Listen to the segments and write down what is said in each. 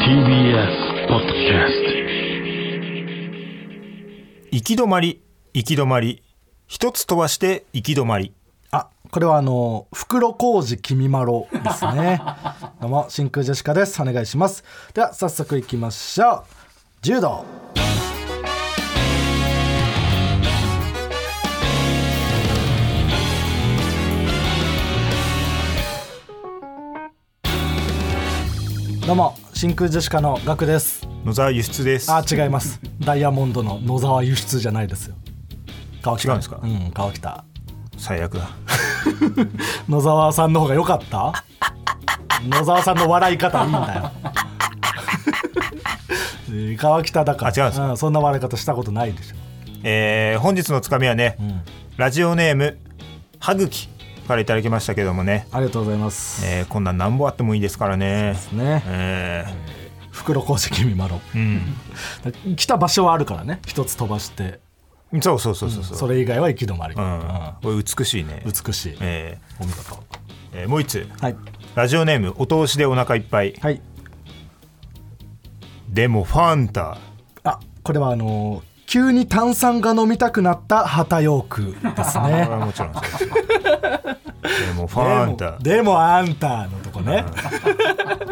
TBS ポッドキャス行き止まり行き止まり一つ飛ばして行き止まりあこれはあの袋小路きみまろですね どうも真空ジェシカですお願いしますでは早速いきましょう柔道どうも真空ジェシカのガクです野沢輸出ですあ違いますダイヤモンドの野沢輸出じゃないですよ川北違うんですかうん川北最悪だ野沢さんの方が良かった野沢さんの笑い方いいん だよえー川北だからあ違うんですかそんな笑い方したことないでしょえー本日のつかみはね、ラジオネームはぐきからいただきましたけどもね、ありがとうございます、えーこんなんなんぼあってもいいですからねねえ袋小路君まろー来た場所はあるからね一つ飛ばしてうんそうそうそうそうそうそれ以外は行き止まり、うんうこれ美しいねん美しい、えお見事ーえーもう一つはいラジオネームお通しでお腹いっぱいはいでもファンタあこれはあのー急に炭酸が飲みたくなった畑ヨークですねこれ はもちろんそうです よでもファンタでもでもあんたのとこね、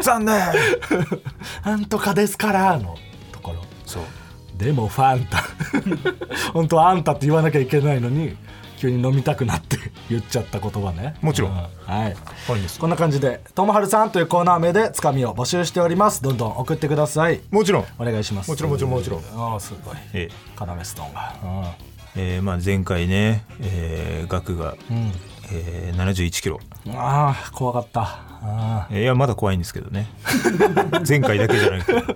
残念 なんとかですからのところそうでもファンタ 本当はあんたって言わなきゃいけないのに急に飲みたくなって 言っちゃった言葉ねもちろんうはい本ですこんな感じで「ともはるさん」というコーナー名でつかみを募集しておりますどんどん送ってくださいもちろんお願いしますもちろんもちろんもちろんああすごいえ要ストーンがええーまあ、前回ね、えー、額が、えー、71キロ、うんああ怖かったああえーいやまだ怖いんですけどね 前回だけじゃなくて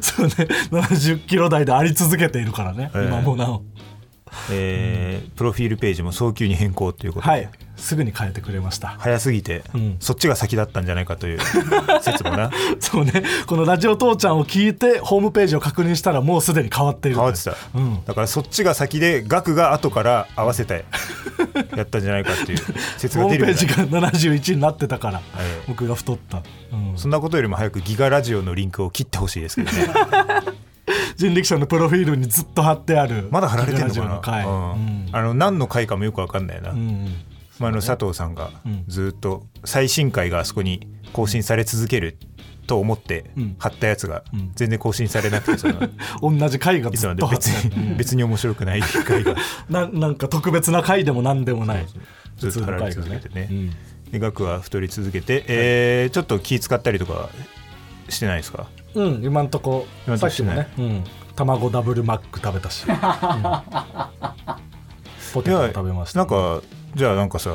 そうね70キロ台であり続けているからね、ええ今もなおえープロフィールページも早急に変更ということで、はいすぐに変えてくれました早すぎて、んそっちが先だったんじゃないかという 説もな そうね、このラジオ父ちゃんを聞いて、ホームページを確認したら、もうすでに変わっている。変わってた、うんだからそっちが先で額が後から合わせてやったんじゃないか っていう説がホー出ムるペよーうになジが71になってたから、い僕が太った、うんそんなことよりも早くギガラジオのリンクを切ってほしいです けどね人力車のプロフィールにずっと貼ってあるまだ貼られてんのラジオか回な、うんあの何の回かもよくわかんないな、うんうんまあ、あの佐藤さんがずっと最新回があそこに更新され続けると思ってん貼ったやつが全然更新されな くてその同じ回がいつずまっでと貼っ別てあ るに別に面白くない回がななんか特別な回でも何でもないずっと貼られ普通続けの回てがねうんで額は太り続 けて、えーちょっと気使ったりとかしてないですかうん、今んとこ今んとさこっきもね、うん、卵ダブルマック食べたし、うんポいテトや食べましたなんかじゃあなんかさ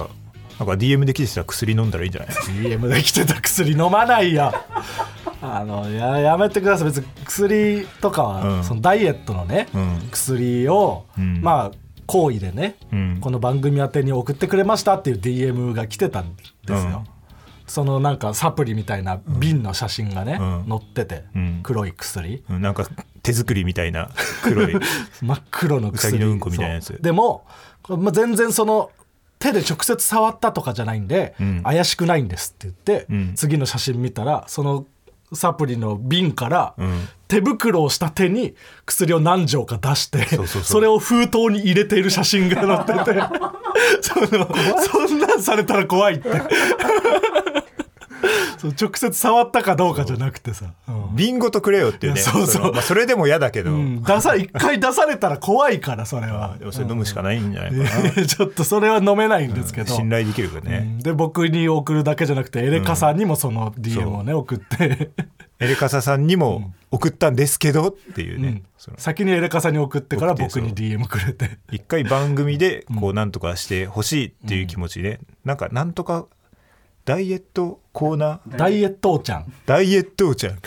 なんか DM できてたら薬飲んだらいいんじゃない CM で来てた薬飲まないよあのややめてください別に薬とかは、うんそのダイエットのね、うん薬を、うんまあ好意でね、うんこの番組宛てに送ってくれましたっていう DM が来てたんですうよ、んそのなんかサプリみたいな瓶の写真がね、うん載ってて、うん黒い薬うんなんか手作りみたいな黒 い真っ黒のうさ薬ぎのうんこみたいなやつそうでも、これまあ、全然その手で直接触ったとかじゃないんで、ん怪しくないんですって言って、うん次の写真見たらそのサプリの瓶から、ん手袋をした手に薬を何錠か出してうそうそうれを封筒に入れている写真 が載っててそのそんなんされたら怖 いってそう直接触ったかどうかじゃなくてさ、うんビンゴとくれよっていうねいやそうそうのまあ、それでも嫌だけど、うん出さ一回出されたら怖いからそれはでもそれ飲むしかないんじゃないかな、 ちょっとそれは飲めないんですけど、信頼できるからね、で僕に送るだけじゃなくてエレカさんにもその DM をね 送って、エレカサさんにも送ったんですけどっていうね、その先にエレカさんに送ってから送って僕に DM くれて一回番組でこうなんとかしてほしいっていう気持ちで、なんかなんとかダイエットコーナーダイエットお ちゃんダイエットおちゃん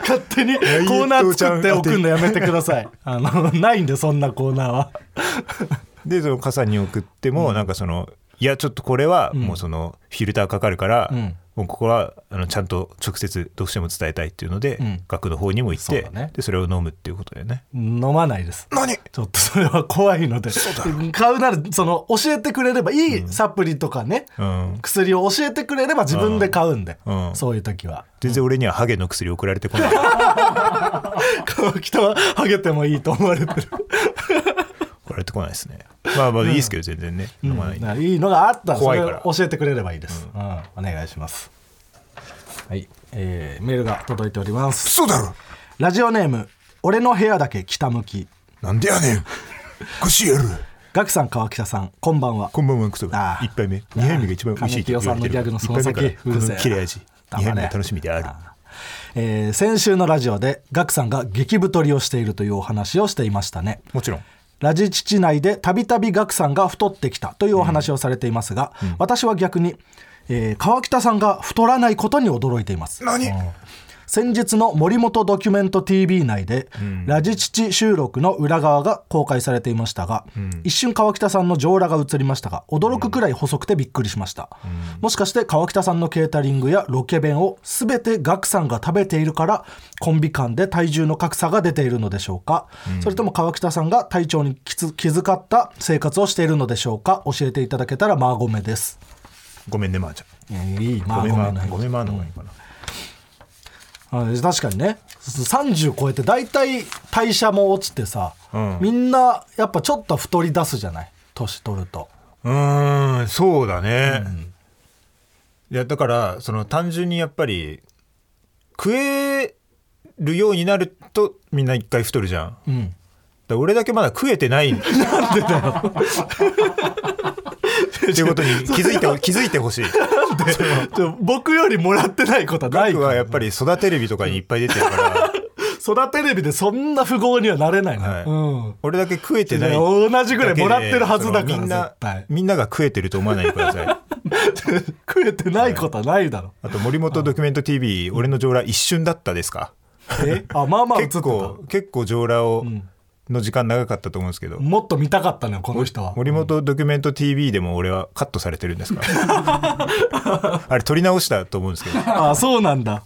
勝手にコエットーおちゃナんー作って送るのやめてくださいあのないんでそんなコーナーはでその傘に送っても、なんかそのいやちょっとこれはもうそのフィルターかかるから、んもうここはあのちゃんと直接どうしても伝えたいっていうので、うん学の方にも行っそうてだねでそれを飲むっていうことだよね飲まないです何ちょっとそれは怖いので買うならその教えてくれればいいサプリとかね、うん薬を教えてくれれば自分で買うんで、うんうんそういう時は全然俺にはハゲの薬送られてこ ない 川北はハゲてもいいと思われてる、送られてこないですねまあまあいいですけど全然ね、飲まないんで、いいのがあったらそ怖いれかをら教えてくれればいいです、うんお願いしますはい、えーメールが届いておりますそうだろラジオネーム俺の部屋だけ北向きなんでやねん腰やるガクさん川北さんこんばんはこんばんはクソああ一杯目二杯目が一番美味しいと言われてる神木雄さんのギャグのその先一杯目からうるせえこの切れ味黙二杯れ目が楽しみであるえー先週のラジオでガクさんが激太りをしているというお話をしていましたねもちろんラジ父内でたびたびガクさんが太ってきたというお話をされていますが、私は逆に、えー川北さんが太らないことに驚いています何先日の森本ドキュメント TV 内で、ラジ父収録の裏側が公開されていましたが、一瞬川北さんの上裸が映りましたが驚くくらい細くてびっくりしました、もしかして川北さんのケータリングやロケ弁を全てガクさんが食べているからコンビ間で体重の格差が出ているのでしょうか、それとも川北さんが体調にきつ気遣った生活をしているのでしょうか教えていただけたらマーゴメですごめんねまー、ちゃいいんごめんまのーごめんまーの方がいいかなあ確かにね30超えて大体代謝も落ちてさ、うんみんなやっぱちょっと太り出すじゃない年取るとうーんそうだね、いやだからその単純にやっぱり食えるようになるとみんな一回太るじゃん、だかうんら俺だけまだ食えてないなんでだよっていうことに気 づいて気づいてほしいちょ 僕よりもらってないことはない僕かはやらっぱり育テレビとかにいっぱい出てるから育テレビでそんな富豪にはなれないの、はいうん 俺だけ食えてない同じぐらいもらってるはずだからだけでそのみん絶な対みんなが食えてると思わないでください食えてないことはないだろあと森 本ドキュメント TV 俺の上裸一瞬だったですかえあまあまあ映って結たも構結構上裸をの時間長かったと思うんですけど、っと見たかったのよこの人は森本ドキュメント TV でも俺はカットされてるん ですからあれ撮り直したと思うんですけどあそうなんだ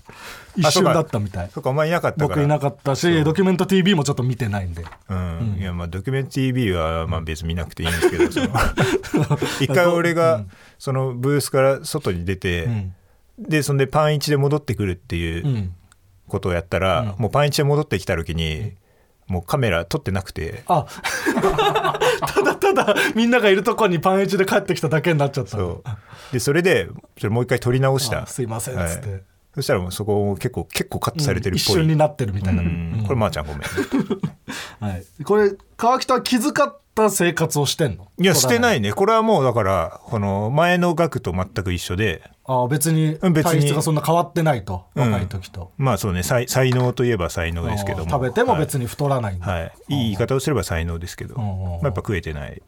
一あそ瞬うかだったみたいそっかお前いなかったから僕いなかったしドキュメント TV もちょっと見てないんでうんいやまあドキュメント TV はまあ別に見なくていいんですけどその一回俺がそのブースから外に出て、んでそんでパン一で戻ってくるっていうううんことをやったら、もうパン一で戻ってきた時に、もうカメラ撮ってなくてあ ただただみんながいるとこにパンイチで帰ってきただけになっちゃったそうでそれでそれもう一回撮り直しあたすいませんっつってそしたらもうそこも結構結構カットされてるっ一ぽい、瞬になってるみたいな、うんこれまーちゃんごめんねはい、これ川北は気遣った生活をしてんのいやしてないいねこれはもうだからこの前の額と全く一緒であ別にうん別に体質がそんな変わってないと、うん若い時とまあそうね才才能といえば才能ですけども食べてもに、別に太らないんだ、はいはい、いい言い方をすれば才能ですけど、んうんうんまあ、やっぱ食えてない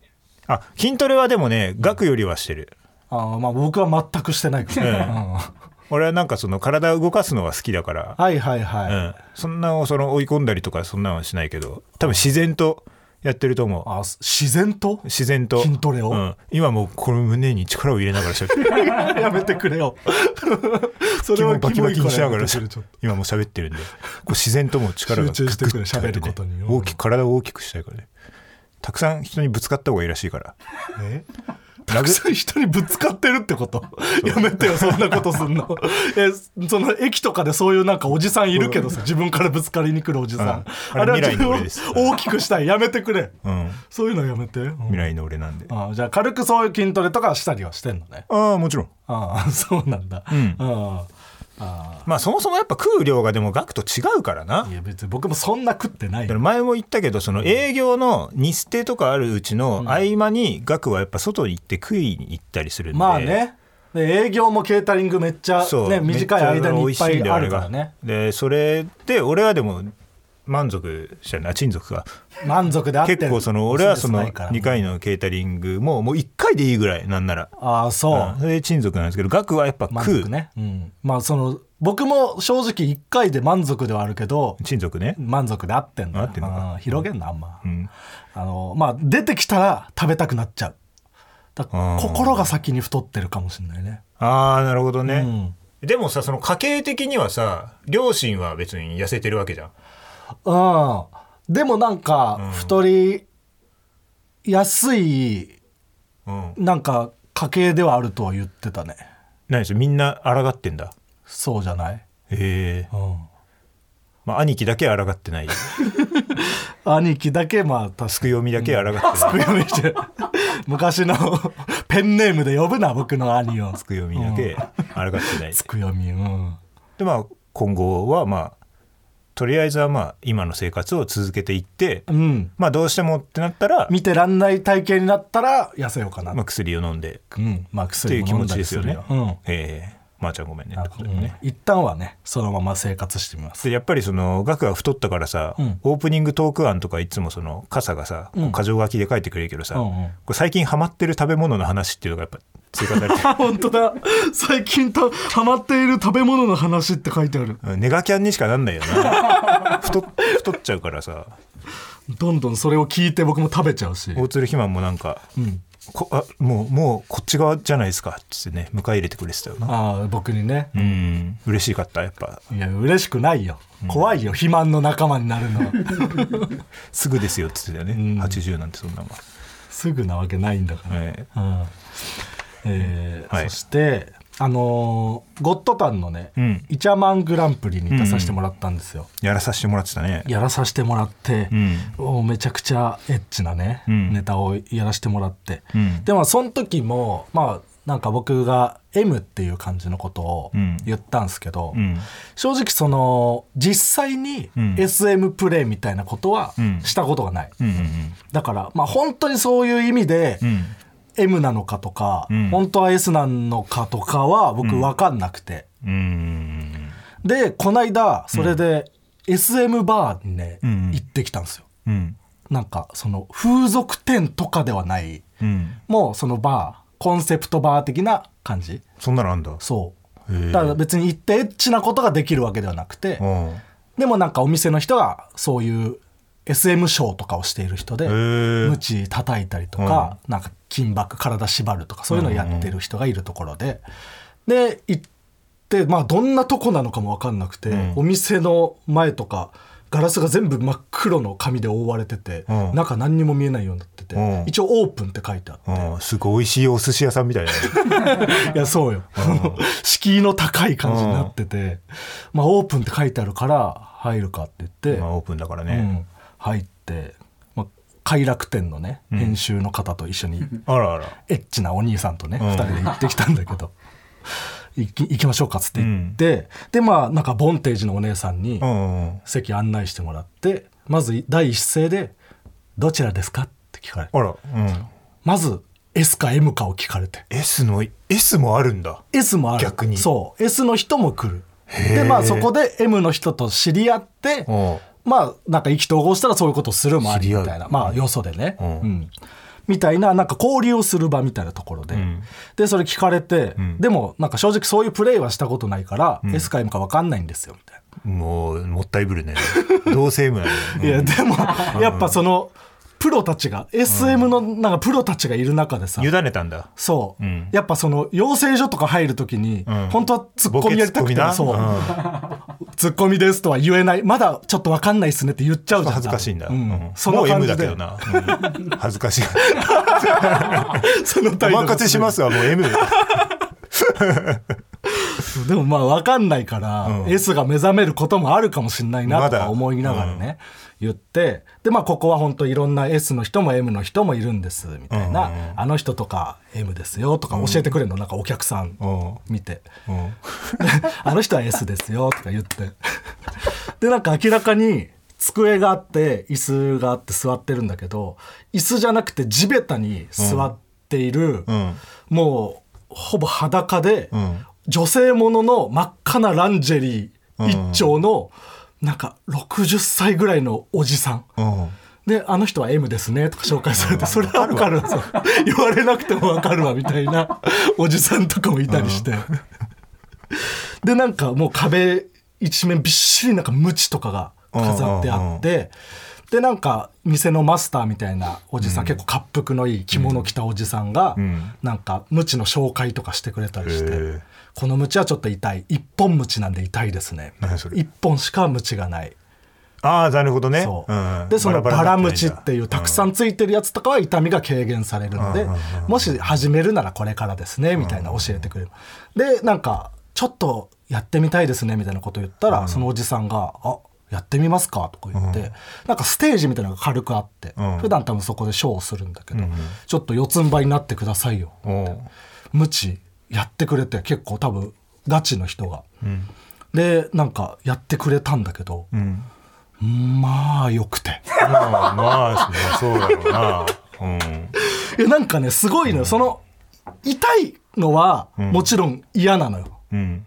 あ筋トレはでもね額よりはしてる、あまあ僕は全くしてないから、うんうん俺はなんかその体を動かすのは好きだから、はいはいはい、うん、そんなをその追い込んだりとかそんなのはしないけど多分自然とやってると思うあ自然と自然と筋トレをうん、今もうこの胸に力を入れながらしゃべってる やめて くれよそれ気はもバキキモバいキかにしならやがめらてくれちょっと今もう喋ってるんでこう自然ともう力が集中してくグれッと入って喋ることに大きく体を大きくしたいからねたくさん人にぶつかった方がいいらしいからえラたグくさん人にぶつかってるってことやめてよそんなことすん のえその駅とかでそういうなんかおじさんいるけどさ自分からぶつかりに来るおじさん、うんああれれは自分未来のを俺です大きくしたいやめてくれうんそういうのやめて、うん未来の俺なんであじゃあ軽くそういう筋トレとかしたりはしてんのねああもちろんあ あそうなんだ、んああまあそもそもやっぱ食う量がでも額と違うからないや別に僕もそんな食ってなだかいよら前も言ったけどその営業の日捨てとかあるうちの合間に額はやっぱ外に行って食いに行ったりするんでまあねで営業もケータリングめっちゃ、そうね、短い間にいっぱいあるからめっちゃ美ね味しいんだよあれがでそれで俺はでも満足したな親族が満足であってる結構その俺はそのストレスないから2回のケータリングももう1回でいいぐらいなんなら、ああそう、うんそれで親族なんですけど額はやっぱ満食足う、ね、うん、まあその僕も正直1回で満足ではあるけど親族ね、満足で合ってんだよ合ってんのかうん広げんなあんま、うんあのまあ出てきたら食べたくなっちゃうだあー心が先に太ってるかもしれないねああなるほどうね、んでもさその家計的にはさ両親は別に痩せてるわけじゃんうんでもなんか太りやすいうんなんか家系ではあるとは言ってたね何しみんな抗ってんだそうじゃない、へえうん、まあ兄貴だけ抗って ない兄貴だけまあ確つくよみだけ抗ってないかに昔のペンネームで呼ぶな僕の兄をつくよみだけ抗ってないつくよみうんでまあ今後はまあとりあえずはまあ今の生活を続けていって、うんまあどうしてもってなったら、見てらんない体型になったら痩せようかな、まあ、薬を飲んでうんまあってい薬うも気飲持んだちりですよね。るうんええまー、ちゃんごめんねってことでうんね。一旦はねそのまま生活してみますでやっぱりその額が太ったからさ、うんオープニングトーク案とかいつもその傘がさ、こううん箇条書きで書いてくれるけどさ、うんうんこれ最近ハマってる食べ物の話っていうのがやっぱ追加されて あ本当だ最近とハマっている食べ物の話って書いてあるうんネガキャンにしかなんないよ な太っ太っちゃうからさどんどんそれを聞いて僕も食べちゃうし大鶴肥満もなんか、んこあもうもうこっち側じゃないですかっつってね迎え入れてくれてたよなああ僕にねうん嬉しかったやっぱいや嬉しくないよ怖いよ肥満の仲間になるのはすぐですよっつってたよね、80なんてそんなもん、すぐなわけないんだから、えうんえーはいそしてあのーゴッドタンのね、うんイチャマングランプリに出させてもらったんですよ、えやらさせてもらってたねやらさせてもらって、うんもうめちゃくちゃエッチなね、うんネタをやらせてもらって、うんでもその時もまあなんか僕が「M」っていう感じのことをうん言ったんですけど、うん正直その実際にうん SM プレイみたいなことはうんしたことがない、うんうんだからまあ本当にそういう意味でうん M なのかとか、うん本当は S なのかとかは僕分かんなくて、うんうんでこないだそれで SM バーにね、うん行ってきたんですようんなんかその風俗店とかではないうんもうそのバーコンセプトバー的な感じそんなのあんだそうへえだから別に行ってエッチなことができるわけではなくてうんでもなんかお店の人がそういう SM ショーとかをしている人でへえ鞭叩いたりとか、なんか金箔体縛るとかそういうのをやってる人がいるところで、で行ってまあどんなとこなのかも分かんなくて、んお店の前とかガラスが全部真っ黒の紙で覆われてて、うん中何にも見えないようになってて、うん一応オープンって書いてあって。うんすごい美味しいお寿司屋さんみたいないや、そうよ。敷居の高い感じになってて、まあ、オープンって書いてあるから、入るかって言って、まあオープンだからうねん、入って、まあ、快楽天のね、編集の方と一緒に、あらあらエッチなお兄さんとね、うん二人で行ってきたんだけど、行き行きましょうかっつって言って、で、まあ、なんか、ボンテージのお姉さんにう、んうん席案内してもらって、まず、第一声で、どちらですかって聞かれて、あらうんまず、S か M かを聞かれて。 S の S もあるんだ S もある逆にそう S の人も来るへーでまあそこで M の人と知り合ってうんまあなんか意気投合したらそういうことするもありみ知りたい合なまあよそでね、うんうんみたいななんか交流をする場みたいなところで、んでそれ聞かれて、んでもなんか正直そういうプレイはしたことないから、S か M か分かんないんですよみたいな。もうもったいぶるね同性無なのいや でもやっぱそのプロたちが SM のなんかプロたちがいる中でさ、委ねたんだそう、うんやっぱその養成所とか入るときに、ん本当はツッコミやりたくボケてツッコミなそう、ツッコミですとは言えないまだちょっと分かんないっすねって言っちゃうじゃん恥ずかしいんだ、ううんんそものう感 M じだけでどな、うん恥ずかしい そのお態度任せしますわもう M すでもまあ分かんないから、うん S が目覚めることもあるかもしれないなまとだか思いながらね、言ってでまあここは本当いろんな S の人も M の人もいるんですみたいな、あの人とか M ですよとか教えてくれるの、なんかお客さんう見て。 うんあの人は S ですよとか言って。 で、なんか明らかに机があって、椅子があって座ってるんだけど、椅子じゃなくて地べたに座っている、うんもうほぼ裸で、うん女性ものの真っ赤なランジェリー一丁の、なんか60歳ぐらいのおじさん。うんで、あの人は M ですねとか紹介されて、それは分かるわ、そう言われなくても分かるわみたいなおじさんとかもいたりして。で、なんかもう壁一面びっしりなんかムチとかが飾ってあって、で、なんか店のマスターみたいなおじさん、結構滑覆のいい着物着たおじさんが、んなんかムチの紹介とかしてくれたりしてへえ、このムチはちょっと痛い一本ムチなんで痛いですね何それ一本しかムチがないああなるほどねそう、うんでそのババララバラになムってチないんだっていうたくさんついてるやつとかは痛みが軽減されるので、うんうんうんもし始めるならこれからですねみたいな教えてくれる、でなんかちょっとやってみたいですねみたいなこと言ったら、そのおじさんが「あやってみますか」とか言って、なんかステージみたいなのが軽くあって、うん普段多分そこでショーをするんだけど、ちょっと四つん這いになってくださいよおう無知やってくれて結構多分ガチの人が、でなんかやってくれたんだけど、うんまあよくて。まあまあそうだろうなうんいやなんかねすごいのよ、その痛いのはもちろん嫌なのよ、うん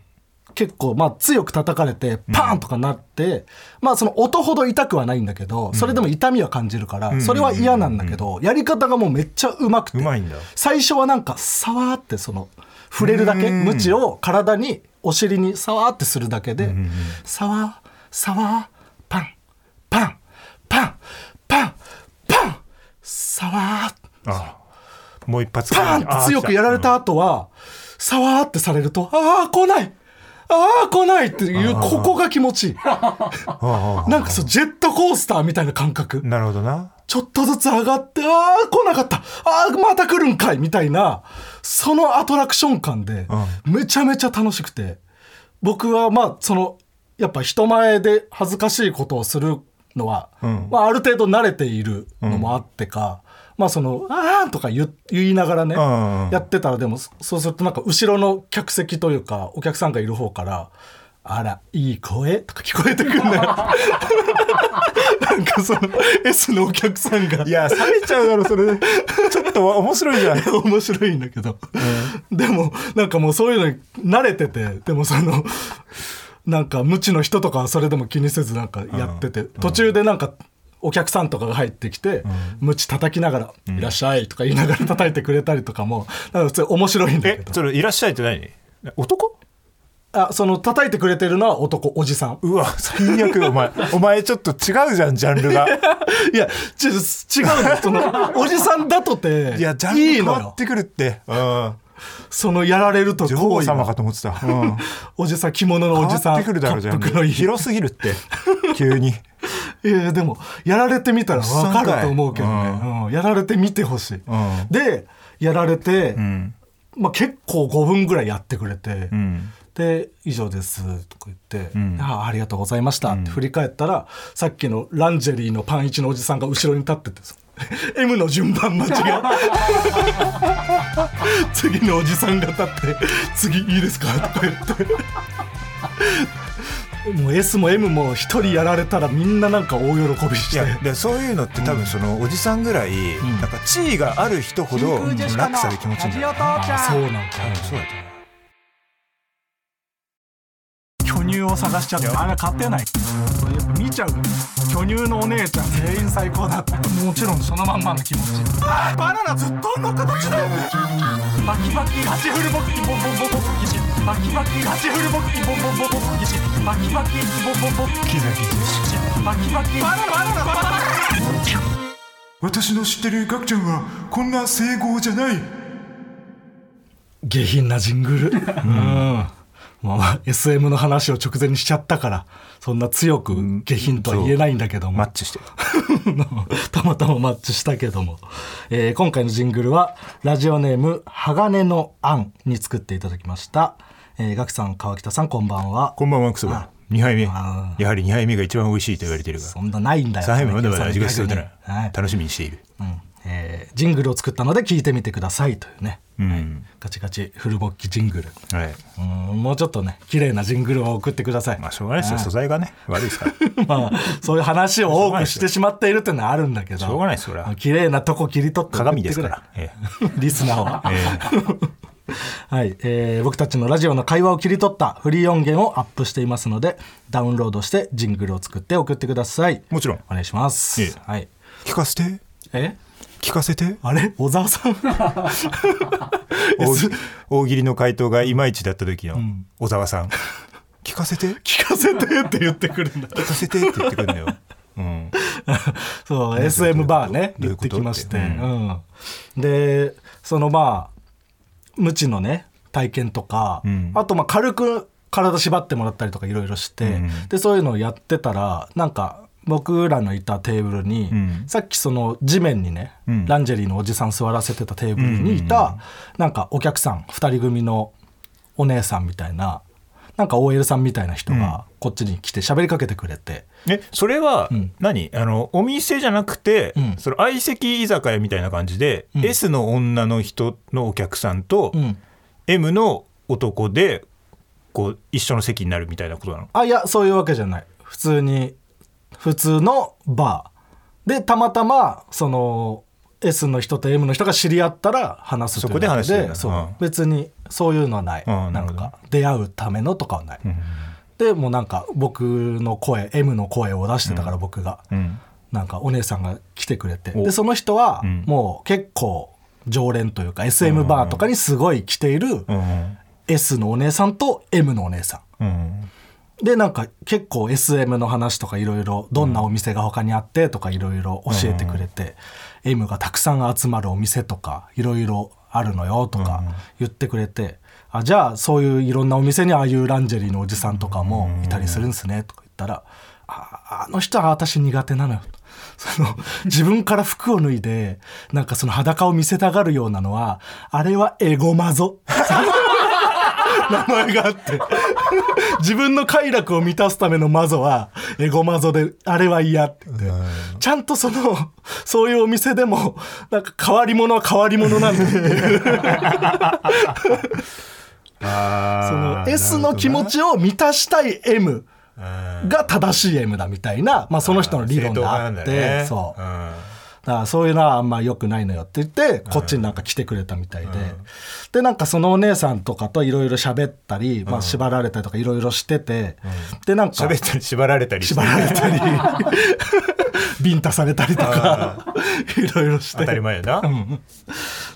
結構まあ強く叩かれてパーンとかなって、まあその音ほど痛くはないんだけどそれでも痛みは感じるから、それは嫌なんだけど、やり方がもうめっちゃうまくてうまいんだ最初はなんかさわーってその触れるだけムチを体にお尻にさわーってするだけでさわーさわーパンパンパンパンパンさわーあもう一発パーンって強くやられた後は、さわーってされると、ああ、来ないああ、来ないっていう、ここが気持ちいい。なんかそう、ジェットコースターみたいな感覚。なるほどなちょっとずつ上がって、ああ、来なかったああ、また来るんかいみたいな、そのアトラクション感で、めちゃめちゃ楽しくて、僕はまあ、その、やっぱ人前で恥ずかしいことをするのは、まあ、ある程度慣れているのもあってか、まあその、ああとか言言いながらね、んうんやってたらでもそそうするとなんか後ろの客席というかお客さんがいる方から「あらいい声」とか聞こえてくるん だよなんかその S のお客さんがいや冷めちゃうだろそれちょっと面白いじゃん 面白いんだけど、でもなんかもうそういうのに慣れててでもそのなんか無知の人とかはそれでも気にせずなんかやってて、途中でなんかお客さんとかが入ってきて、無知叩きながら「いらっしゃい」とか言いながら叩いてくれたりとかもなんか普通に面白いんだけえどそれいらっしゃいって何男あその叩いてくれてるのは男おじさんうわ最悪お前お前ちょっと違うじゃんジャンルがいやちょ違うのその おじさんだとていやジャンルいい変のわよってくるってうんそのやられると女王行為が様かと思ってたうんおじさん着物の変おわじさっんてくるだろジャ恰幅ンのルいい広すぎるって急に いやいやでもやられてみたら分かると思うけどおっねさん、うんやられてみてほしい、んでやられて、んまあ、結構5分ぐらいやってくれて、んで「以上です」とか言って、あ「ありがとうございました」って振り返ったら、さっきのランジェリーのパンイチのおじさんが後ろに立ってて その M の順番間違え次のおじさんが立って「次いいですか?」とか言って。 もう S も M も一人やられたらみんななんか大喜びしいてやでそういうのって多分そのおじさんぐらいなんか地位がある人ほどラックさで気持ちいいんだよあそうなんだそうだと思う巨乳を探しちゃってあれ勝てないやっぱ見ちゃう巨乳のお姉ちゃん全員最高だったもちろんそのまんまの気持ちバナナずっとの形だよバキバキ立ち振るボッキボボボボボキシバキバキ立ち振るボッキボボボボボキシバキバキボボボキザキザバキバキバナナバナナバナナ私の知ってるガクちゃんはこんな整合じゃない下品なジングル、うんまあまあ SM の話を直前にしちゃったからそんな強く下品とは言えないんだけども、マッチしてる たまたまマッチしたけども、えー今回のジングルはラジオネーム「鋼のアン」に作っていただきました、えー、ガクさん川北さんこんばんはこんばんはクソが2杯目やあはり2杯目が一番美味しいと言われてるがそんなないんだよ3杯目まだまだ味がしそそんうだな逆にはない楽しみにしているうんえージングルを作ったので聞いてみてくださいというねうんガチガチフルボッキジングルはいうんもうちょっとね綺麗なジングルを送ってください、まあしょうがないですよ素材がね悪いですから まあ、そういう話を多くしてしまっているっていうのはあるんだけど。しょうがないですそりゃ綺麗なとこ切り取って送って鏡くれですから。ええ リスナーは。 はい、えー僕たちのラジオの会話を切り取ったフリー音源をアップしていますので、ダウンロードしてジングルを作って送ってください。もちろんお願いします。ええはい。聞かせてえ聞かせ てあれ小沢さん 大喜大喜利の回答がいまいちだった時の小沢さん、聞かせて聞聞かせてって言ってくるんだ。かせてって言ってくるんだよ、うん、そう SM バーねどう行いっうことてきまして、どういううんでそのまあ無知のね体験とか、んあとまあ軽く体縛ってもらったりとかいろいろして、んでそういうのをやってたらなんか僕らのいたテーブルに、んさっきその地面にね、んランジェリーのおじさん座らせてたテーブルにいた、なんかお客さん2人組のお姉さんみたいななんか OL さんみたいな人がこっちに来て喋りかけてくれて、 えそれはうん何、あのお店じゃなくて、うんその相席居酒屋みたいな感じで、ん S の女の人のお客さんと、うん M の男でこう一緒の席になるみたいなことなのあいやそういうわけじゃない普通に普通のバーでたまたまその S の人と M の人が知り合ったら話すとそいうこで話してるんだそう、うん別にそういうのはない、うんななるんほどか出会うためのとかはない、でもうなんか僕の声 M の声を出してたから僕が、うんなんかお姉さんが来てくれておでその人はんもう結構常連というか SM バーとかにすごい来ているうん S のお姉さんと M のお姉さんうんでなんか結構 SM の話とかいろいろどんなお店が他にあってとかいろいろ教えてくれて、M がたくさん集まるお店とかいろいろあるのよとか言ってくれて、あじゃあそういういろんなお店にああいうランジェリーのおじさんとかもいたりするんすねとか言ったら「ああの人は私苦手なのよ」 その自分から服を脱いでなんかその裸を見せたがるようなのはあれはエゴマゾ。 名前があって自分の快楽を満たすためのマゾはエゴマゾであれは嫌って言ってちゃんとそのそういうお店でもなんか変わり者は変わり者なんだって いうそあの S の気持ちを満たしたい M が正しい M だみたいな、まあ、その人の理論があって、そう。だからそういうのはあんま良くないのよって言ってこっちになんか来てくれたみたいで、でなんかそのお姉さんとかといろいろ喋ったり、まあ、縛られたりとかいろいろしてて、でなんか喋ったり縛られたりして縛られたり ビンタされたりとかいろいろして当たり前やな、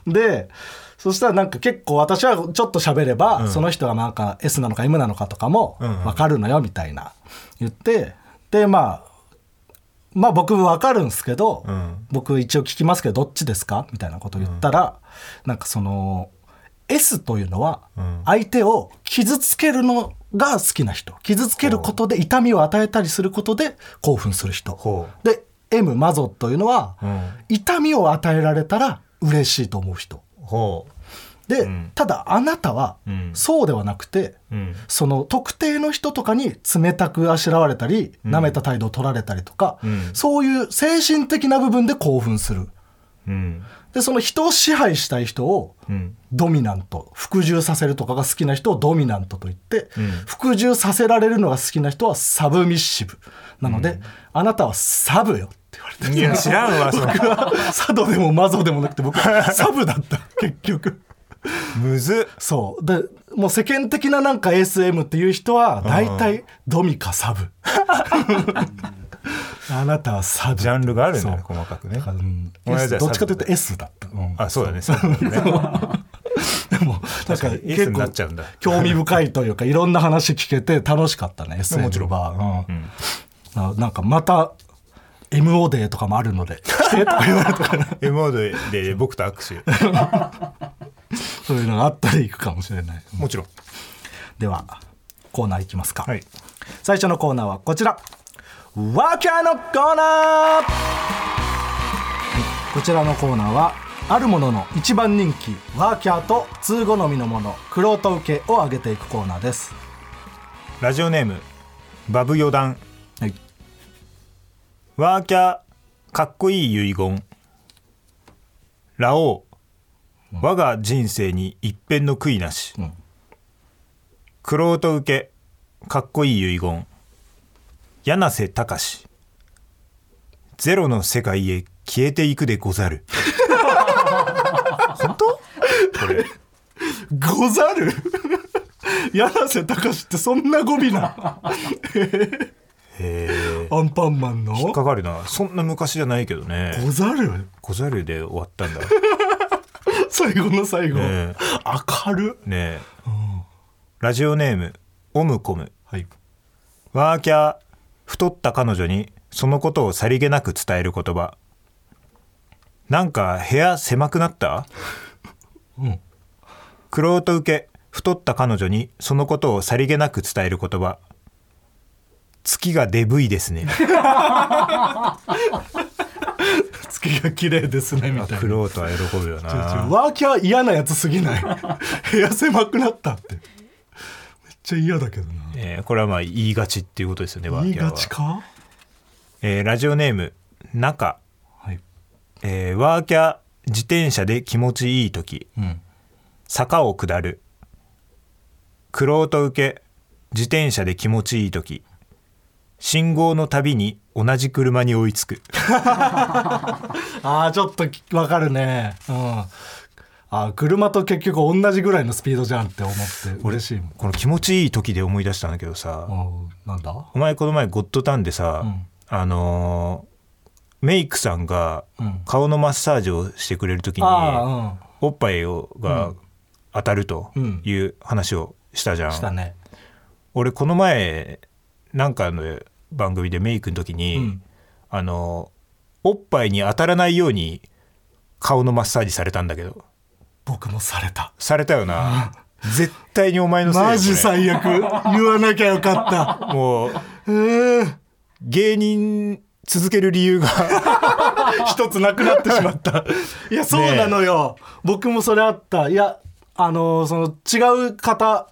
でそしたらなんか結構私はちょっと喋れば、その人がなんか S なのか M なのかとかも分かるのよみたいな言ってでまあまあ僕分かるんですけど、ん僕一応聞きますけどどっちですかみたいなことを言ったら、なんかその S というのは相手を傷つけるのが好きな人傷つけることで痛みを与えたりすることで興奮する人ほうで M マゾというのは、ん痛みを与えられたら嬉しいと思う人ほで、んただあなたはんそうではなくて、う、うん、その特定の人とかに冷たくあしらわれたり、舐めた態度を取られたりとか、んそういう精神的な部分で興奮するうんでその人を支配したい人を うんドミナント服従させるとかが好きな人をドミナントと言って、服従させられるのが好きな人はサブミッシブなので、あなたはサブよって言われていや知らんわその僕は佐渡でもマゾでもなくて僕 はサブだった結局むずっそうでもう世間的ななんか SM っていう人は大体ドミかサ ブあなたはサブジャンルがあるんだねそう細かくねだからうんお前は S じゃあどっちかというサブとだ S だっ た、うんあそうだねそうだねでもなんかに S 結になっちゃうん構だ興味深いというかいろんな話聞けて楽しかったね SM もちろんバー、うんななんかまた MO デーとかもあるので来てとか 言われたから M モードで僕と 握手そういうのがあったら行くかもしれないもちろんではコーナーいきますか、はい最初のコーナーはこちらワーキャーのコーナーこちらのコーナーはあるものの一番人気ワーキャーと通好みのものクロート受けを上げていくコーナーですラジオネームバブヨダンはいワーキャーかっこいい遺言ラオウ我が人生に一片の悔いなし、うんクロート受けかっこいい遺言柳瀬隆ゼロの世界へ消えていくでござる 本当これござる 柳瀬隆ってそんな語尾なへーアンパンマンの引っかかるなそんな昔じゃないけどねござるござるで終わったんだ最後の最後、ねえ明るねえ、ラジオネームオムコムはいワーキャー太った彼女にそのことをさりげなく伝える言葉 なんか部屋狭くなったんくろうと受け太った彼女にそのことをさりげなく伝える言葉月がデブいです ね月が綺麗ですねみたいクなロートは喜ぶよなワーキャー嫌なやつすぎ ない部屋狭くなったってめっちゃ嫌だけどなえーこれはまあ言いがちっていうことですよねワー言いキャーはがちかえーラジオネーム中、はいえーワーキャー自転車で気持ちいい時うん坂を下るくろうと受け自転車で気持ちいい時信号のたびに同じ車に追いつくああちょっときわかるねうんあー車と結局同じぐらいのスピードじゃんって思って嬉しいもんこの気持ちいい時で思い出したんだけどさ、あーなんだお前この前ゴッドタンでさ、うんあのーメイクさんがうん顔のマッサージをしてくれる時に、ああおっぱいをが当たるという話をしたじゃん、うんしたね俺この前なんかの番組でメイクの時に、うんあのおっぱいに当たらないように顔のマッサージされたんだけど僕もされたされたよな絶対にお前のせいだよマジこれ最悪言わなきゃよかっもうたえー、芸人続ける理 由が一つなくなってしまったいやそうなのよ、僕もそれあったいやあのーその違う方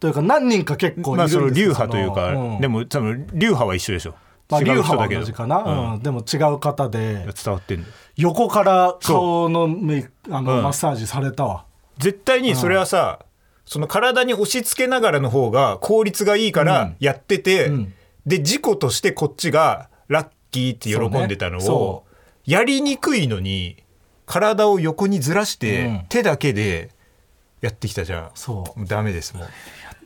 というか何人か結構いるんまあですそよの流派というか、のうんでも多分流派は一緒でしょ、まあ、違流う人派だはけど同じかな、うんうんでも違う方で伝わってんの横から顔のメイクあの、うんマッサージされたわ絶対にそれはさ、その体に押し付けながらの方が効率がいいからやってて、うんで事故としてこっちがラッキーって喜んでたのそうねを、やりにくいのに体を横にずらして、うん手だけでやってきたじゃんそうもダメですもう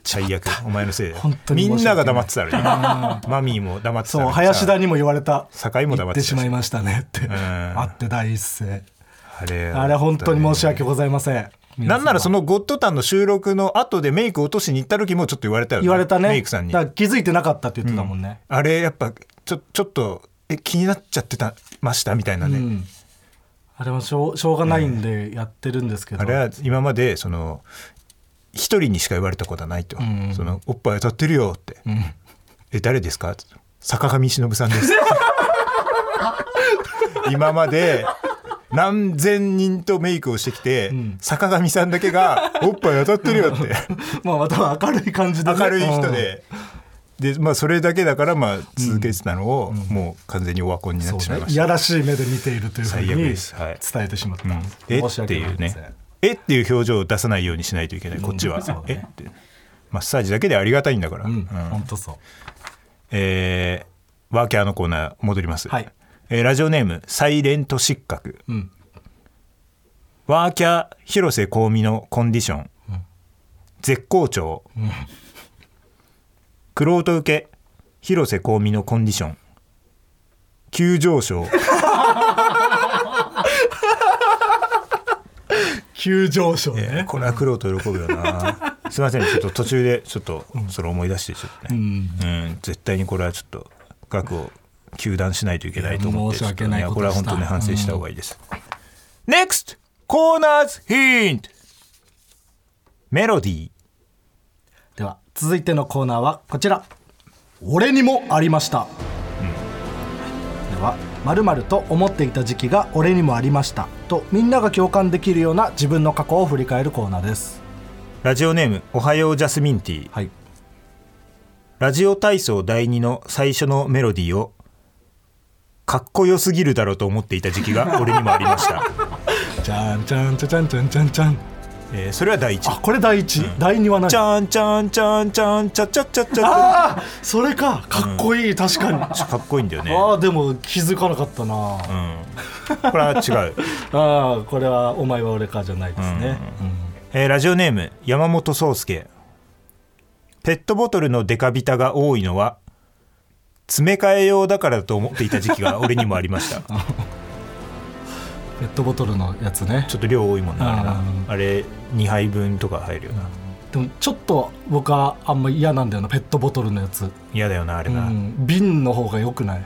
最悪お前のせいだよ本当にみ申し訳ないんなが黙ってたのにマミーも黙ってたそのうにさ林田にも言われた酒井も黙っ言っててたししまいましたねって、んあって第一声あれあれ本当に申し訳ございませんなんならそののゴッドタンの収録の後でメイク落としに行った時もちょっと言われたよね言われたねメイクさんにだから気づいてなかったって言ってたもんね、あれやっぱちょちょっとえ気になっちゃってたましたみたいなね、うんあれはしょうしょうがないんでやってるんですけど、あれは今までその一人にしか言われたことはないと、んそのおっぱい当たってるよって、え誰ですかって坂上忍さんです 今まで何千人とメイクをしてきて、坂上さんだけがおっぱい当たってるよって まあまた明るい感じでね、明るい人で。でまあ、それだけだからまあ続けてたのを、もう完全にオワコンにうなっんてしそまういねまいした、やらしい目で見ているというふう最に悪伝ですはいえてしまった、え申しっていう訳ござませんねえっていう表情を出さないようにしないといけないこっちは、そうえねってマッサージだけでありがたいんだから、ううんん本当そうえーワーキャーのコーナー戻ります、はいえーラジオネームサイレント失格、んワーキャー広瀬香美のコンディション、絶好調、クロート受け広瀬香美のコンディション急上昇急上昇ね、えーこれはクロート喜ぶよ なすいませんちょっと途中でちょっとそれ思い出してちょっとね、うん絶対にこれはちょっと額を糾弾しないといけないと思っていや申し訳ないちょっとねことこれは本当にした反省した方がいいです、NEXT コーナーズヒントメロディーでは続いてのコーナーはこちら俺にもありました、では〇〇と思っていた時期が俺にもありましたとみんなが共感できるような自分の過去を振り返るコーナーですラジオネームおはようジャスミンティーはいラジオ体操第2の最初のメロディーをかっこよすぎるだろうと思っていた時期が俺にもありま した、じゃんじゃんじゃじゃんじゃんじゃんじゃんえーそれは第一あこれ第一、第二は何ちあゃんちゃんちゃんちゃんちゃちゃちゃちゃあーそれかかっこいい、確かにあちゃかっこいいんだよね。あでも気づかなかったな、あこれは違う。あこれはお前は俺かじゃないですね、えーラジオネーム山本壮介。ペットボトルのデカビタが多いのは詰め替え用だからだと思っていた時期が俺にもありました。ペットボトルのやつねちょっと量多いもんなあれなうんあれ2杯分とか入るよな。でもちょっと僕はあんま嫌なんだよなペットボトルのやつ嫌だよなあれうな。うん。ん、瓶の方が良くない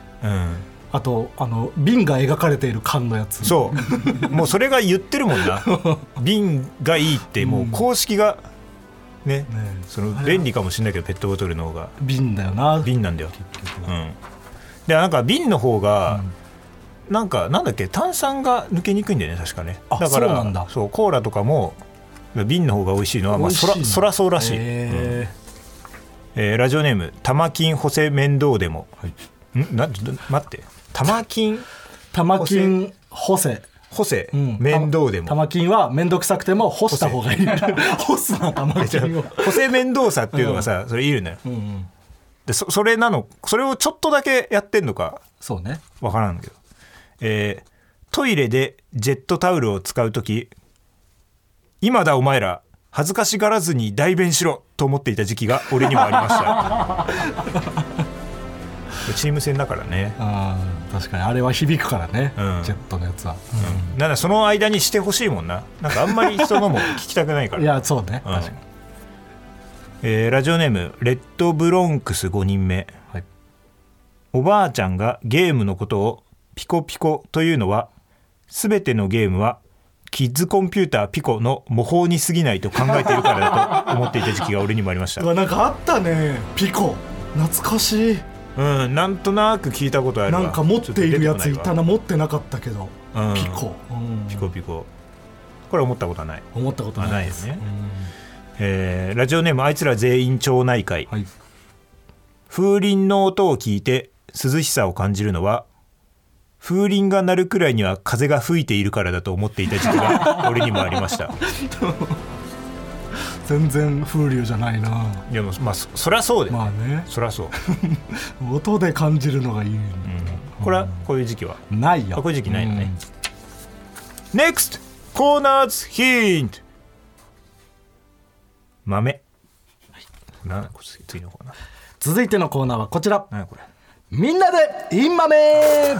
あとあの瓶が描かれている缶のやつそう。もうそれが言ってるもんな。瓶がいいってもう公式がねねその便利かもしれないけどペットボトルの方が瓶だよな瓶なんだよ、うん、でなんか瓶の方が、なんかなんだっけ炭酸が抜けにくいんだよね確かねあだからそうなんだそうコーラとかも瓶の方が美味しいのはまあ、そらそらそうらしい、ええーラジオネーム「玉金補正面倒でも」んなど待って玉金玉金干せ補正うん面倒でも、玉金は面倒くさくても干した 方がいい干すな玉金を補正面倒さっていうのがさ、それいるのよ、うんうんでそそれなのそれをちょっとだけやってんのかそうねわからんけど、えートイレでジェットタオルを使う時今だお前ら恥ずかしがらずに代弁しろと思っていた時期が俺にもありました チーム戦だからね、あー確かにあれは響くからね、うんジェットのやつは、うん、なんだその間にしてほしいもんななんかあんまり人のも聞きたくないかいら、やそうね、うん確かにえーラジオネームレッドブロンクス5人目はいおばあちゃんがゲームのことをピコピコというのは全てのゲームはキッズコンピューターピコの模倣に過ぎないと考えているからだと思っていた時期が俺にもありましたうわなんかあったねピコ懐かしい うんなんとなく聞いたことあるなわんか持っているやついたなな持ってなかったけど、うんピコ、うんピコピコこれ思ったことはない、思ったことないですあないよねうんえーラジオネームあいつら全員町内会、はい風鈴の音を聞いて涼しさを感じるのは風鈴が鳴るくらいには風が吹いているからだと思っていた時期 が俺にもありました全然風流じゃないないやもうまあそそりゃそうで、まあねそりゃそう、音で感じるのがいい、これはこういう時期はないよあこういう時期ないのね、NEXT コーナーズヒント豆なこれ次のコーナー続いてのコーナーはこちら何やこれみんなでインマメ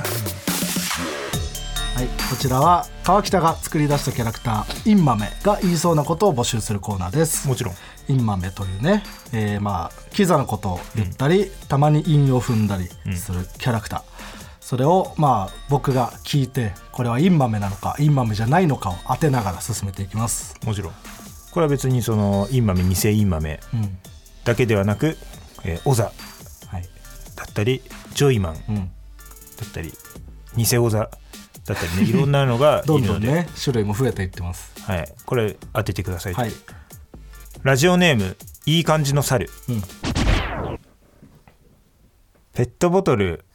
はい、こちらは川北が作り出したキャラクターインマメが言いそうなことを募集するコーナーですもちろんインマメというね、えーまあキザなことを言ったり、たまに韻を踏んだりするキャラクター、それをまあ僕が聞いてこれはインマメなのかインマメじゃないのかを当てながら進めていきますもちろんこれは別にそのインマメ偽インマメうんだけではなく、えー、オザはいだったりジョイマンうん、だったり偽オザだったりね いろんなのがいるどのんでどんね種類も増えていってますはい、これ当ててください、はいラジオネームいい感じの猿、うんペットボトル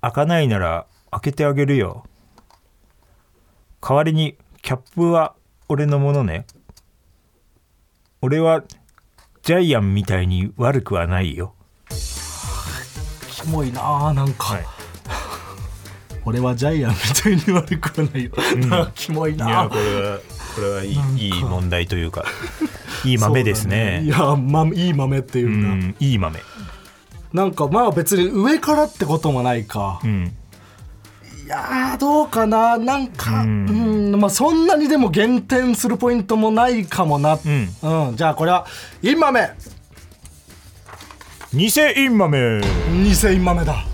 開かないなら開けてあげるよ代わりにキャップは俺のものね俺はジャイアンみたいに悪くはないよキモいなあなんか、はい俺はジャイアンみたいに悪くはないよ、なんかキモいいやなこれはこれはいいいい問題という かいい豆ですねそうだいや、ま、いい豆っていううな、んいい豆なんかまあ別に上からってこともないか、うんいやーどうかななんかううんんまあそんなにでも減点するポイントもないかもなうん、うん、じゃあこれはインマメ偽イン豆偽インマメだは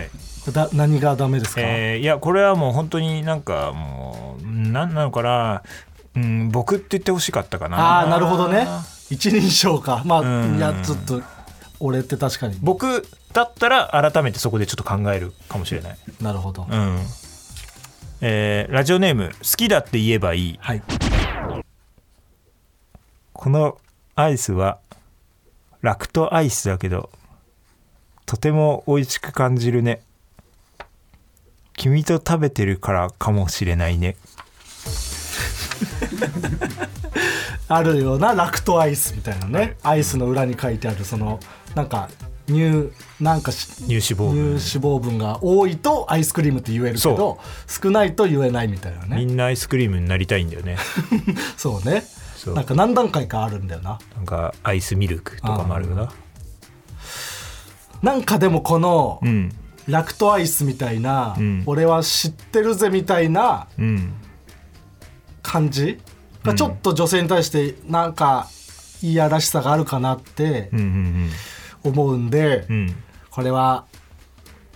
いだ何がダメですか、えーいやこれはもう本当になんかもう何なのかな、うん、僕って言ってほしかったかなああなるほどね一人称かまあ、うんいやちょっと俺って確かに僕だったら改めてそこでちょっと考えるかもしれない、なるほど、うんえーラジオネーム「好きだって言えばいいはい」このアイスはラクトアイスだけどとても美味しく感じるね君と食べてるからかもしれないねあるようなラクトアイスみたいなね、アイスの裏に書いてあるそのなんか乳なんかし乳脂肪乳分脂肪分が多いとアイスクリームって言えるけど少ないと言えないみたいなみねんなアイスクリームになりたいんだよ ねそうねそうなんか何段階かあるんだよななんかアイスミルクとかもあるよななんかでもこのうんラクトアイスみたいな、ん俺は知ってるぜみたいなうん感じがちょっと女性に対してなんかいやらしさがあるかなってうんうん思うんで、うんうんこれは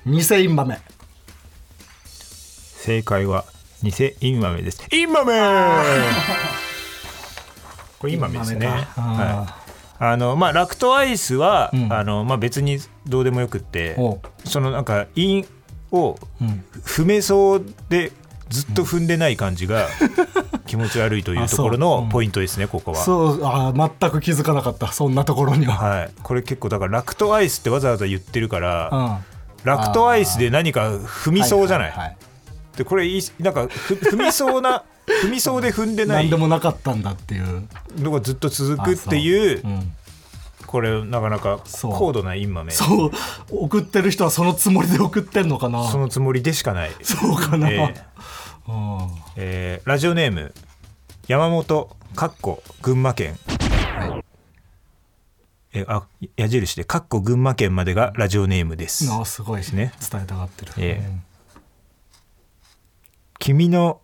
偽インマメ 正解は偽インマメですインマメこれ今目ですね今目かはいあのまあ、ラクトアイスは、うんあのまあ、別にどうでもよくっておうそのなんか韻をうん踏めそうでずっと踏んでない感じが気持ち悪いというところあそううのんポイントですね、ここは。そうあー全く気づかなかったそんなところには、はい、これ結構だからラクトアイスってわざわざ言ってるから、うんラクトアイスで何か踏みそうじゃない、はははでこれいいなんかふ踏みそう な踏みそうで踏んでない何でもなかったんだっていうのがずっと続くっていうあそううんこれなかなかそう高度なインマメそそう送ってる人はそのつもりで送ってんのかなのつもりでしかない、そうかな、えうんえーラジオネーム山本かっこ群馬県えあ矢印でかっこ群馬県までがラジオネームですあすごいねね伝えたがってる、ええ君の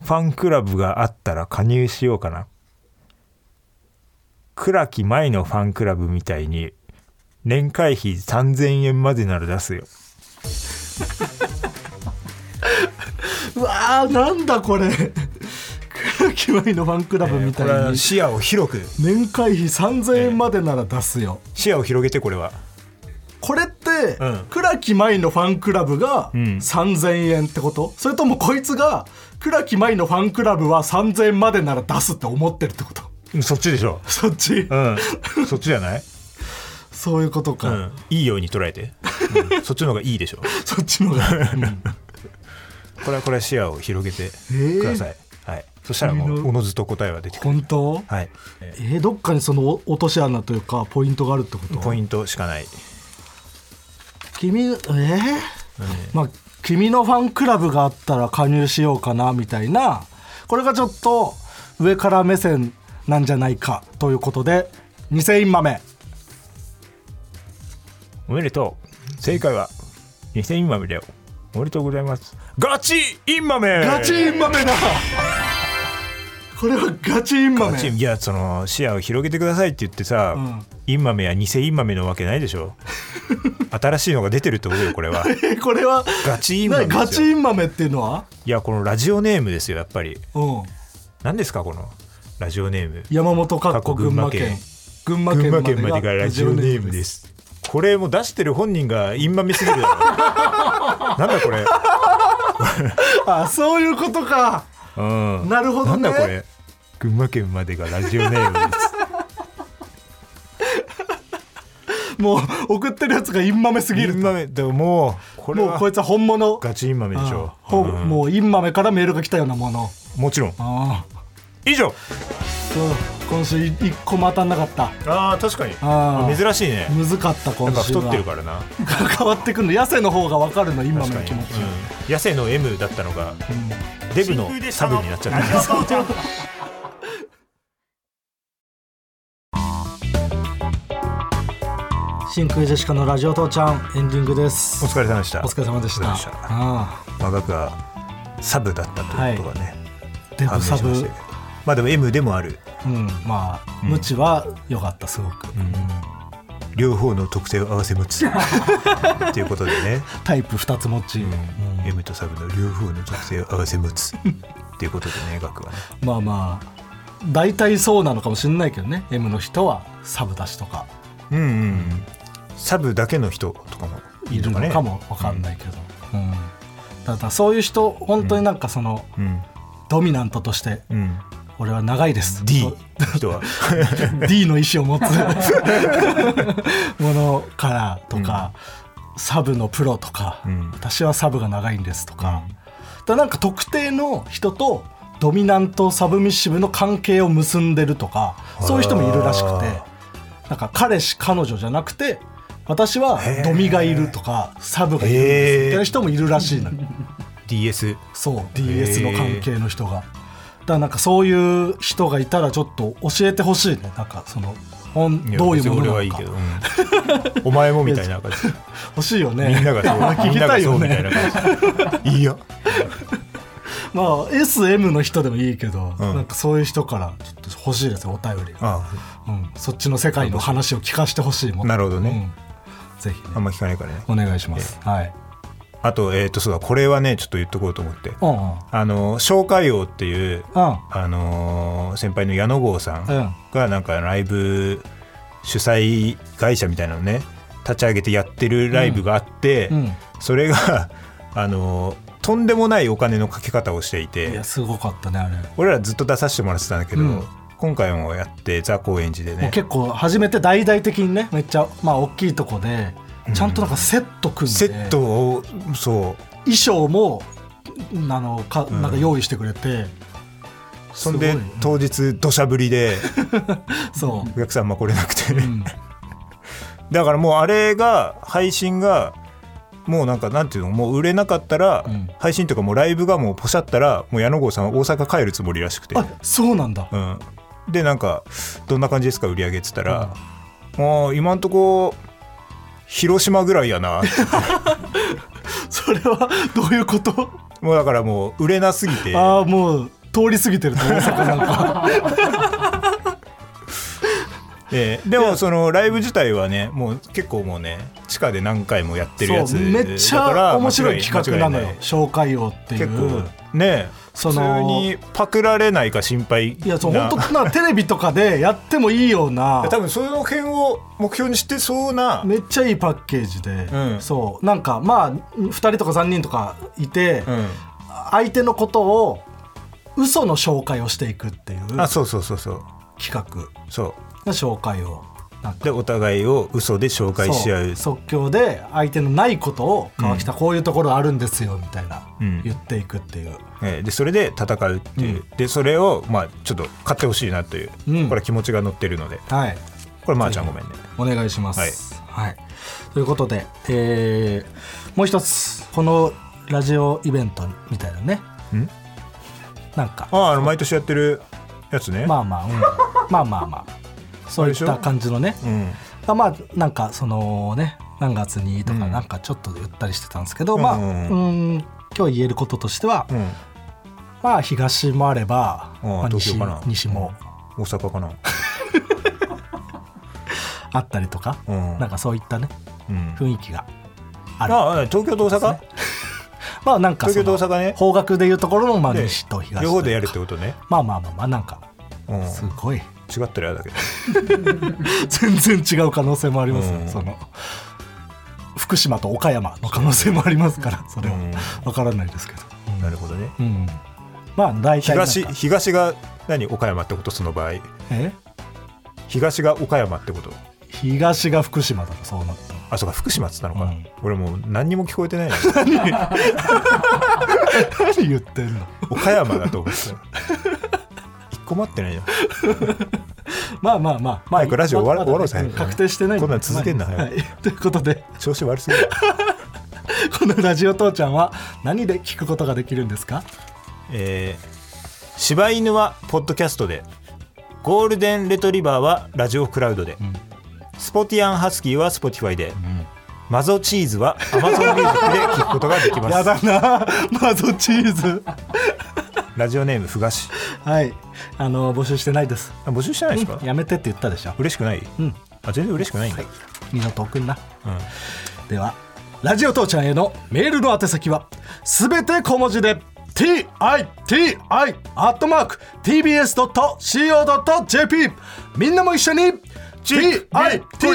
ファンクラブがあったら加入しようかな倉木舞のファンクラブみたいに年会費3000円までなら出すようんうわーなんだこれ 倉木舞のファンクラブみこれたいはに視野を広く年会費3000円までなら出すよ、視野を広げてこれはこれって、うん倉木舞のファンクラブがん3000円ってこと、それともこいつが倉木舞のファンクラブは3000円までなら出すって思ってるってこと そっちでしょそっち、うんそっちじゃない、そういうことうか、ん、いいように捉えて、うんそっちの方がいいでしょそっちのが、 うんこれはこれは視野を広げてーください、はい、そしたらもうおのずと答えは出てくる本当はい、えーどっかにその落とし穴というかポイントがあるってことポイントしかない君えーまあ君のファンクラブがあったら加入しようかなみたいなこれがちょっと上から目線なんじゃないかということで2000円豆おめでとう正解は2000インマメだよおめでとうございますガチインマメガチイン豆だこれはガチイン豆ガチいやその視野を広げてくださいって言ってさ、んインマメや偽インマメのわけないでし ょ新しいのが出てるってことよこれはえ これはガチインマメですよなガチイン豆っていうのはいやこのラジオネームですよやっぱりうん何ですかこのラジオネーム山本かっこ群馬県群馬群県馬ま県でまでががラジオネームですこれもう出してる本人がインマメすぎるだろ なんだこれ あそういうことかうんなるほどねなんだこれ群馬県までがラジオネームですもう送ってるやつがインマメすぎるインマメでももうこれもうはこいつは本物ガチインマメでしょほぼうんもうインマメからメールが来たようなものもちろんあ以上そう今週い一個も当たんなかったあー確かにあー珍しいねむずかったな今んか週は太ってるからな 変わってくるの痩せの方が分かるのインマ確メかのに、気うん持ち、、痩せの M だったのが、デブのサブになっちゃった真空ジェシカのラジオ父ちゃんエンディングでおす疲れ様でしたお疲れ様でしたお疲れ様であまあ僕はサブだったということがね、ーデブ判明サしブましたけどまあでも M でもあるうんまあ、無知は良かったすごく、両方の特性を合わせ持 つということでね、タイプ2つ持ち、 M とサブの両方の特性を合わせ持つということでね学はねまあまあ大体そうなのかもしれないけどね M の人はサブ出しとかうんうんうんサブだけの人とかもいいるるのかねのかも分かんないけど、うんだからそういう人本当になんかその、うんドミナントとしてうん俺は長いです D と人は D の意思を持つものからとか、サブのプロとか、うん私はサブが長いんですとか,、だからなんか特定の人とドミナントサブミッシブの関係を結んでるとかそういう人もいるらしくてあなんか彼氏彼女じゃなくて私はドミがいるとかサブがいるんですみたいな人もいるらしいのよ DS そう DS の関係の人がだからなんかそういう人がいたらちょっと教えてほしいねなんかその本どういうものなのかいや別に俺はいいけど、うんお前もみたいな 感じ欲しいよねみんながそう聞みんきなたがいそようみたねいな感じいいやまあ SM の人でもいいけど、んなんかそういう人からちょっと欲しいですよお便りが、あうん、そっちの世界の話を聞かせてほしいもんなるほどね、うんぜひねあんま聞かないからねお願いします、はいあとえっ、とそうだこれはねちょっと言っとこうと思ってうんうんあの紹介王っていううんあのー先輩の矢野郷さうんんがなんかライブ主催会社みたいなのね立ち上げてやってるライブがあって、うんそれが あのーとんでもないお金のかけ方をしていいやてすごかったねあれ、俺らずっと出させてもらってたんだけど、うん今回もやってザ・高円寺でもうね結構初めて大々的にねめっちゃまあ大きいとこでちゃんとなんかセット組んで、セットをそう衣装もあのかなんか用意してくれて、そんですごいね当日土砂降り でそうお客さんも来れなくて、ん だからもうあれが配信がもうなんかなんていうのもう売れなかったら、ん配信とかもうライブがもうポシャったらもう矢野郷さんは大阪帰るつもりらしくて、あそうなんだ、うん、でなんか「どんな感じですか売り上げ」っつったら「もう今んとこ広島ぐらいや な」それはどういうこともうだからもう売れなすぎてああもう通り過ぎてるね大阪なんか ええでもそのライブ自体はねもう結構もうね地下で何回もやってるやつそうめっちだからゃ面白い企画なの間違よい紹介王っていう結構ねそ普の通にパクられないか心配ないやそう本当なテレビとかでやってもいいような 多分その辺を目標にしてそうな、めっちゃいいパッケージで、うんそうなんかまあ2人とか3人とかいて、うん、相手のことを嘘の紹介をしていくっていうあ企そうそうそうそう画その紹介をなんかうでお互いを嘘で紹介し合うそう即興で相手のないことを川北こういうところあるんですよみたいな、うん言っていくっていうええでそれで戦うっていう、でそれをまあちょっと買ってほしいなという、うんこれは気持ちが乗ってるのではいこれまーちゃんごめんねお願いします、はいということで、えーもう一つこのラジオイベントみたいなねんなんかあああの毎年やってるやつね、まあまあ、うんまあまあまあそういっあれでたしょ感じのねうんあまあなんかそのね何月にとかうんなんかちょっと言ったりしてたんですけど、うんまあううんん今日言えることとしては、うんまあ東もあれば、うんまあ、東西京かな西も大阪かなあったりとか、うんなんかそういったねうん雰囲気があるああ東京と大阪まあなんかその東京と大阪ね方角でいうところの、まあ、で西と東という両か方でやるってことね、まあまあまあまあなんかうん、違すごいったら嫌だけど全然違う可能性もありますね、うんその福島と岡山の可能性もありますからそれはうんわからないですけど、なるほどねうん、まあ大体なんか東東が何岡山ってことその場合え東が岡山ってこと東が福島だろそうなったらあそうか福島っつったのか、うん俺もう何にも聞こえてないな何言ってんの岡山だと思ってた一個待ってないじゃんまあまあまあまあ早くラジオ終わらまだね終わろうぜ確定してないこんなん続けんなはい、早くということで調子悪す ぎるこの「ラジオ父ちゃん」は何で聞くことができるんですかえー柴犬はポッドキャストでゴールデンレトリバーはラジオクラウドで、スポティアンハスキーはスポティファイで、マゾチーズはアマゾンミュージックで聞くことができます やだなマゾチーズラジオネームふがしはいあの募集してないですあ募集してないですか、やめてって言ったでしょ嬉しくない、うんあ全然嬉しくないんだ、二度と送んなうんではラジオ父ちゃんへのメールの宛先はすべて小文字で TITI アットマーク TBS.CO.JP みんなも一緒に TITI アット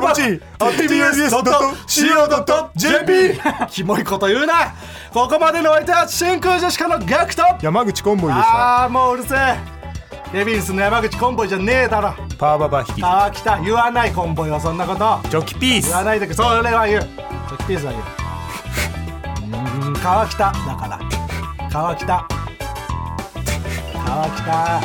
マーク TBS.CO.JP キモいこと言うなここまでのお相手は真空ジェシカのガクト山口コンボイでしたああもううるせえレビンスの山口コンボイじゃねえだろパーババ引きああ来た言わないコンボイはそんなことジョキピース言わないでくれそれは言うチョキピースは言ううーん川北だから川北川北